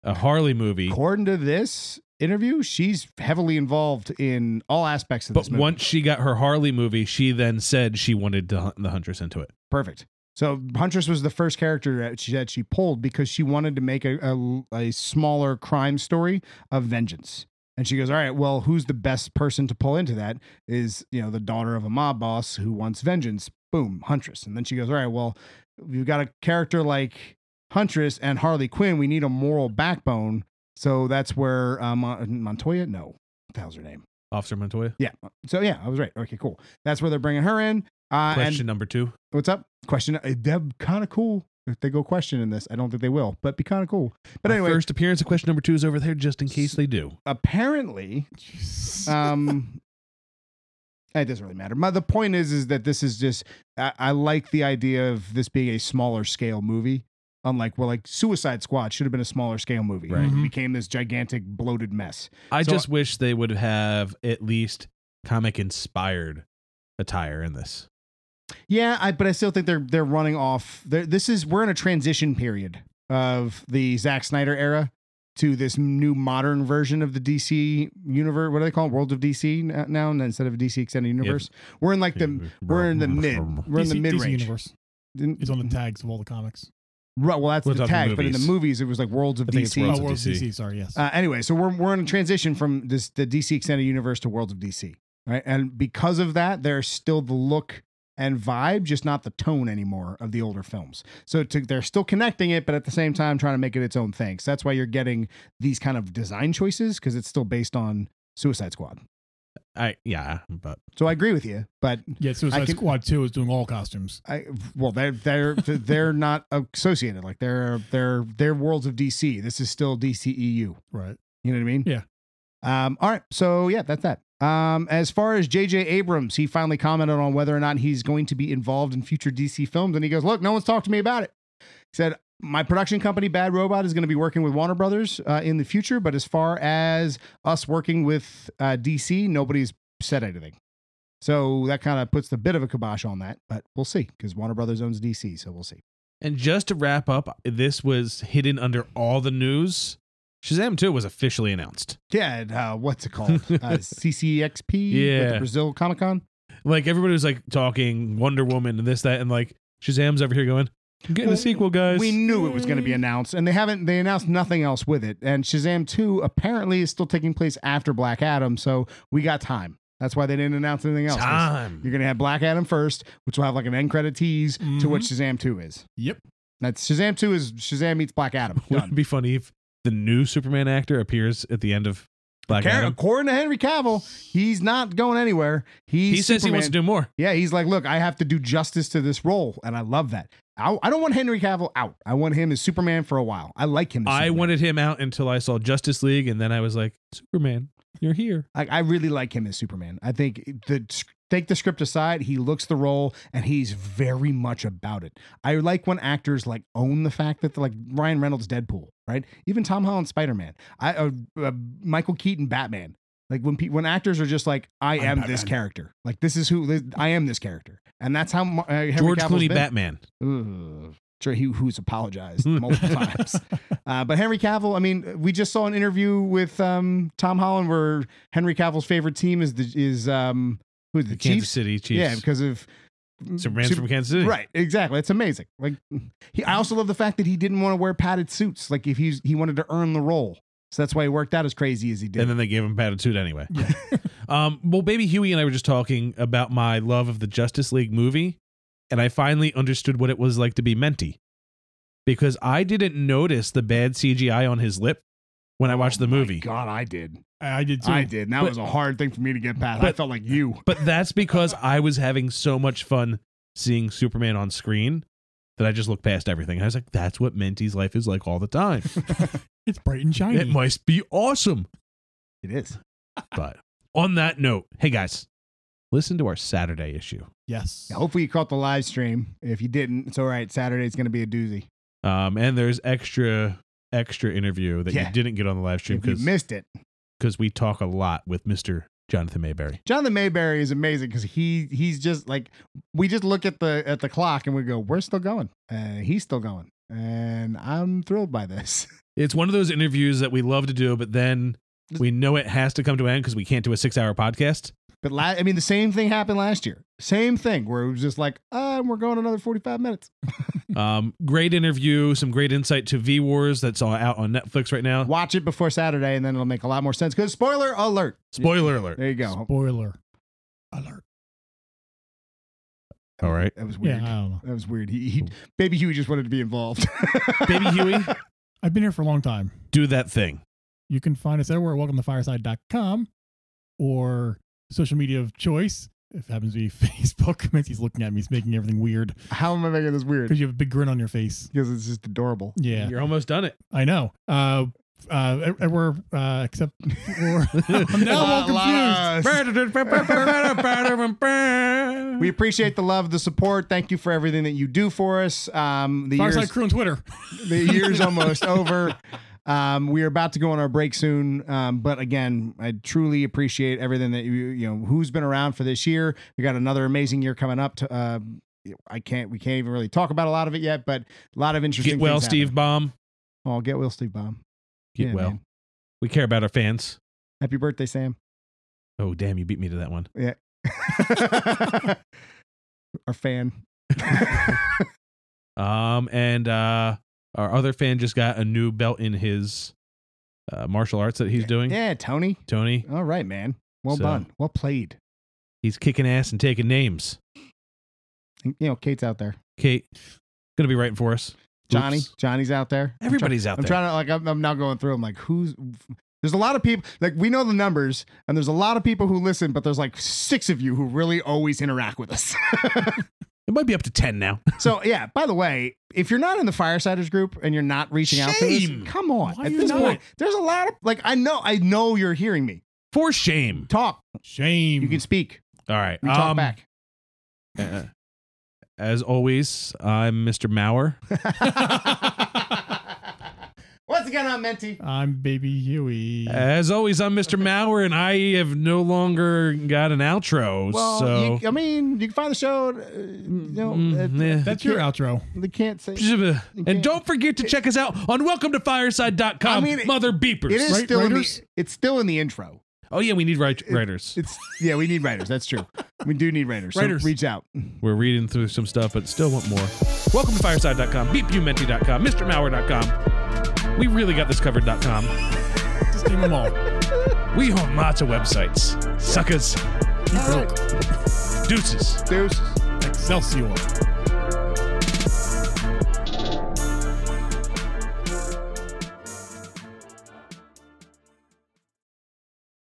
F: a Harley movie."
D: According to this interview, she's heavily involved in all aspects of
F: But
D: this movie.
F: once she got her Harley movie, she then said she wanted to hunt the Huntress into it.
D: Perfect. So Huntress was the first character that she, that she pulled because she wanted to make a, a, a smaller crime story of vengeance. And she goes, all right, well, who's the best person to pull into that is, you know, the daughter of a mob boss who wants vengeance. Boom, Huntress. And then she goes, all right, well, you've got a character like Huntress and Harley Quinn. We need a moral backbone. So that's where uh, Mon- Montoya, no, what the hell's her name?
F: Officer Montoya.
D: Yeah. So yeah, I was right. Okay, cool. That's where they're bringing her in. Uh, and-
F: Question number two.
D: What's up? Question. That'd be kind of cool if they go question in this. I don't think they will, but be kind of cool. But
F: My
D: anyway,
F: first appearance of question number two is over there, just in case they do.
D: apparently, um, eh, it doesn't really matter. My, the point is, is that this is just. I, I like the idea of this being a smaller scale movie. Unlike, well, like Suicide Squad should have been a smaller scale movie.
F: Right. Mm-hmm.
D: It became this gigantic bloated mess.
F: I
D: So-
F: just wish they would have at least comic inspired attire in this.
D: Yeah, I, but I still think they're they're running off. They're, this is we're in a transition period of the Zack Snyder era to this new modern version of the DC universe. What do they call it? World of DC n- now, and instead of DC extended universe, we're in like the we're in the mid we're in the Mm-hmm.
E: DC
D: mid range.
E: Universe. It's on the tags of all the comics.
D: Well, that's
F: What
D: the
F: about the
D: tag, but in the
F: movies?
D: movies it was like Worlds of
F: I think it's
D: DC.
F: Worlds
E: oh,
F: of
E: World
F: DC.
E: DC. Sorry, yes.
D: Uh, anyway, so we're we're in a transition from this the DC extended universe to Worlds of DC, right? And because of that, there's still the look and vibe, just not the tone anymore of the older films. So to, they're still connecting it, but at the same time trying to make it its own thing. So that's why you're getting these kind of design choices because it's still based on Suicide Squad.
F: I yeah, but
D: So I agree with you, but
E: yeah, Suicide
D: can-
E: Squad 2 is doing all costumes.
D: I well they're they're they're not associated like they're they're they're Worlds of DC. This is still E DCEU.
E: Right.
D: You know what I mean?
E: Yeah.
D: Um, all right. So yeah, that's that. Um, as far as J.J. Abrams, he finally commented on whether or not he's going to be involved in future DC films, and he goes, "Look, no one's talked to me about it." He said, "My production company, Bad Robot, is going to be working with Warner Brothers uh, in the future, but as far as us working with uh, DC, nobody's said anything." So that kind of puts the bit of a kibosh on that, but we'll see because Warner Brothers owns DC, so we'll see.
F: And just to wrap up, this was hidden under all the news. Shazam 2 was officially announced.
D: Yeah, and, uh, what's it called? Uh, CCXP, with
F: Yeah.
D: the Brazil Comic Con.
F: Like everybody was like talking Wonder Woman and this, that, and like Shazam's over here going, I'm getting a sequel,
D: Uh,
F: guys.
D: We knew it was going to be announced, and they haven't. They announced nothing else with it. And Shazam Two apparently is still taking place after Black Adam, so we got time. That's why they didn't announce anything else. 'cause
F: Time.
D: You're going to have Black Adam first, which will have like an end credit tease to what
F: Mm-hmm.
D: Shazam Two is.
E: Yep.
D: That's Shazam Two is Shazam meets Black Adam.
F: Wouldn't it
D: Done.
F: be funny if the new Superman actor appears at the end of Black
D: Car-
F: Adam?
D: According to Henry Cavill, he's not going anywhere. He's
F: He says he wants to
D: Superman.
F: do more.
D: Yeah, he's like, look, I have to do justice to this role, and I love that. I, I don't want Henry Cavill out. I want him as Superman for a while. I like him. As
F: I
D: Superman.
F: wanted him out until I saw Justice League, and then I was like, Superman, you're here.
D: I, I really like him as Superman. I think the take the script aside, he looks the role and he's very much about it. I like when actors like own the fact that they're like Ryan Reynolds Deadpool, right? Even Tom Holland Spider Man, I uh, uh, Michael Keaton Batman. Like when pe- when actors are just like, I am this character. Like this is who this, I am this character, and that's how Mar- uh, Henry
F: George
D: Cavill's
F: Clooney,
D: been.
F: Batman.
D: Ugh. Sure, he who's apologized multiple times. Uh, but Henry Cavill, I mean, we just saw an interview with um, Tom Holland where Henry Cavill's favorite team is the is um who's the,
F: The Kansas
D: Chiefs?
F: City Chiefs.
D: Yeah, because of
F: Superman's
D: Sup-
F: from Kansas City.
D: Right, exactly. It's amazing. Like he, I also love the fact that he didn't want to wear padded suits. Like if he's he wanted to earn the role, so that's why he worked out as crazy as he did.
F: And then they gave him padded suit anyway. um, well, baby Huey and I were just talking about my love of the Justice League movie, and I finally understood what it was like to be menti. Because I didn't notice the bad CGI on his lip when I watched the
D: My
F: movie.
D: God, I did.
E: Oh I, I did too.
D: I did. And that
F: But-
D: was a hard thing for me to get past. I
F: but-
D: felt like you.
F: But that's because I was having so much fun seeing Superman on screen that I just looked past everything. I was like, that's what Menti's life is like all the time.
E: It's bright and shiny.
F: it must be awesome.
D: It is.
F: But on that note, hey guys, listen to our Saturday issue.
E: yes.
D: Yeah, hopefully you caught the live stream. If you didn't, it's all right. Saturday's going to be a doozy.
F: Um, and there's extra extra interview that
D: Yeah.
F: you didn't get on the live stream
D: If you
F: because
D: missed it,
F: we talk a lot with Mr. Jonathan Mayberry.
D: Jonathan Mayberry is amazing because he he's just like we just look at the at the clock and we go, we're still going, and he's still going, and I'm thrilled by this.
F: It's one of those interviews that we love to do, but then we know it has to come to an end because we can't do a six hour podcast.
D: But la- I mean, the same thing happened last year. Same thing where it was just like, uh, we're going another 45 minutes.
F: Um, great interview, some great insight to V Wars that's all out on Netflix right now.
D: Watch it before Saturday, and then it'll make a lot more sense. Because spoiler alert.
F: Spoiler alert.
D: There you go.
E: Spoiler alert.
F: All right.
D: That was weird.
E: Yeah, I don't know.
D: That was weird. He, he baby Huey just wanted to be involved.
F: Baby Huey,
E: I've been here for a long time.
F: do that thing.
E: You can find us everywhere at welcometofireside.com or social media of choice. If it happens to be Facebook, Mincy's looking at me, he's making everything weird
D: How am I making this weird?
E: because you have a big grin on your face.
D: Because it's just adorable.
E: Yeah,
F: You're almost done it.
E: I know. Uh, uh, ev- everywhere uh, except for now I'm all confused.
D: We appreciate the love, the support. Thank you for everything that you do for us. Um, the
E: Fireside
D: year's,
E: Crew on Twitter.
D: the year's almost over. Um, we are about to go on our break soon, um, but again, I truly appreciate everything that you you know who's been around for this year. We got another amazing year coming up. To uh, I can't we can't even really talk about a lot of it yet, but a lot of interesting.
F: Get well,
D: things
F: Steve Bomb.
D: Happening. Oh, get well, Steve Bomb.
F: Get
D: Yeah,
F: well.
D: man.
F: We care about our fans.
D: Happy birthday, Sam.
F: Oh, damn, you beat me to that one.
D: our fan.
F: Um, and uh, our other fan just got a new belt in his uh, martial arts that he's doing.
D: yeah, Tony.
F: Tony,
D: All right, man. Well
F: So-
D: done. Well played.
F: he's kicking ass and taking names.
D: And, you know, Kate's out there.
F: Kate, gonna be writing for us.
D: Johnny,
F: Oops.
D: Johnny's out there. I'm
F: Everybody's out
D: try- I'm
F: there.
D: trying to like. I'm, I'm now going through. I'm like, who's? There's a lot of people. Like we know the numbers, and there's a lot of people who listen, but there's like six of you who really always interact with us.
F: It might be up to ten now.
D: so yeah. By the way, if you're not in the Firesiders group and you're not reaching out to us,
F: Shame.
D: come on.
E: Why
D: At
E: you
D: this
E: not?
D: point, there's a lot of like. I know. I know you're hearing me.
F: For shame.
D: Talk.
E: Shame.
D: You can speak.
F: All right.
D: We talk
F: um,
D: back.
F: uh, as always, I'm Mr. Mauer.
D: Once again, I'm Menti.
E: I'm Baby Huey.
D: Uh,
F: As always, I'm Mr. Mauer, and I have no longer got an outro.
D: Well,
F: so
D: you, I mean, you can find the show. Uh, no,
F: Mm, yeah.
E: That's your outro.
D: They can't say.
F: and don't forget to check us out on welcome to fireside.com
D: I mean, it-
F: mother beepers
D: It is
E: Right-
D: still in
E: writers?
D: the, it's still in the intro.
F: oh yeah we need write- writers
D: It's yeah, we need writers. That's true. We do need writers.
F: Writers.
D: So reach out.
F: we're reading through some stuff but still want more welcome to fireside.com beepumenti.com mrmauer.com we really got this covered.com
E: Just name them all.
F: we own lots of websites suckers
E: Broke.
F: deuces
D: Deuces.
E: Excelsior.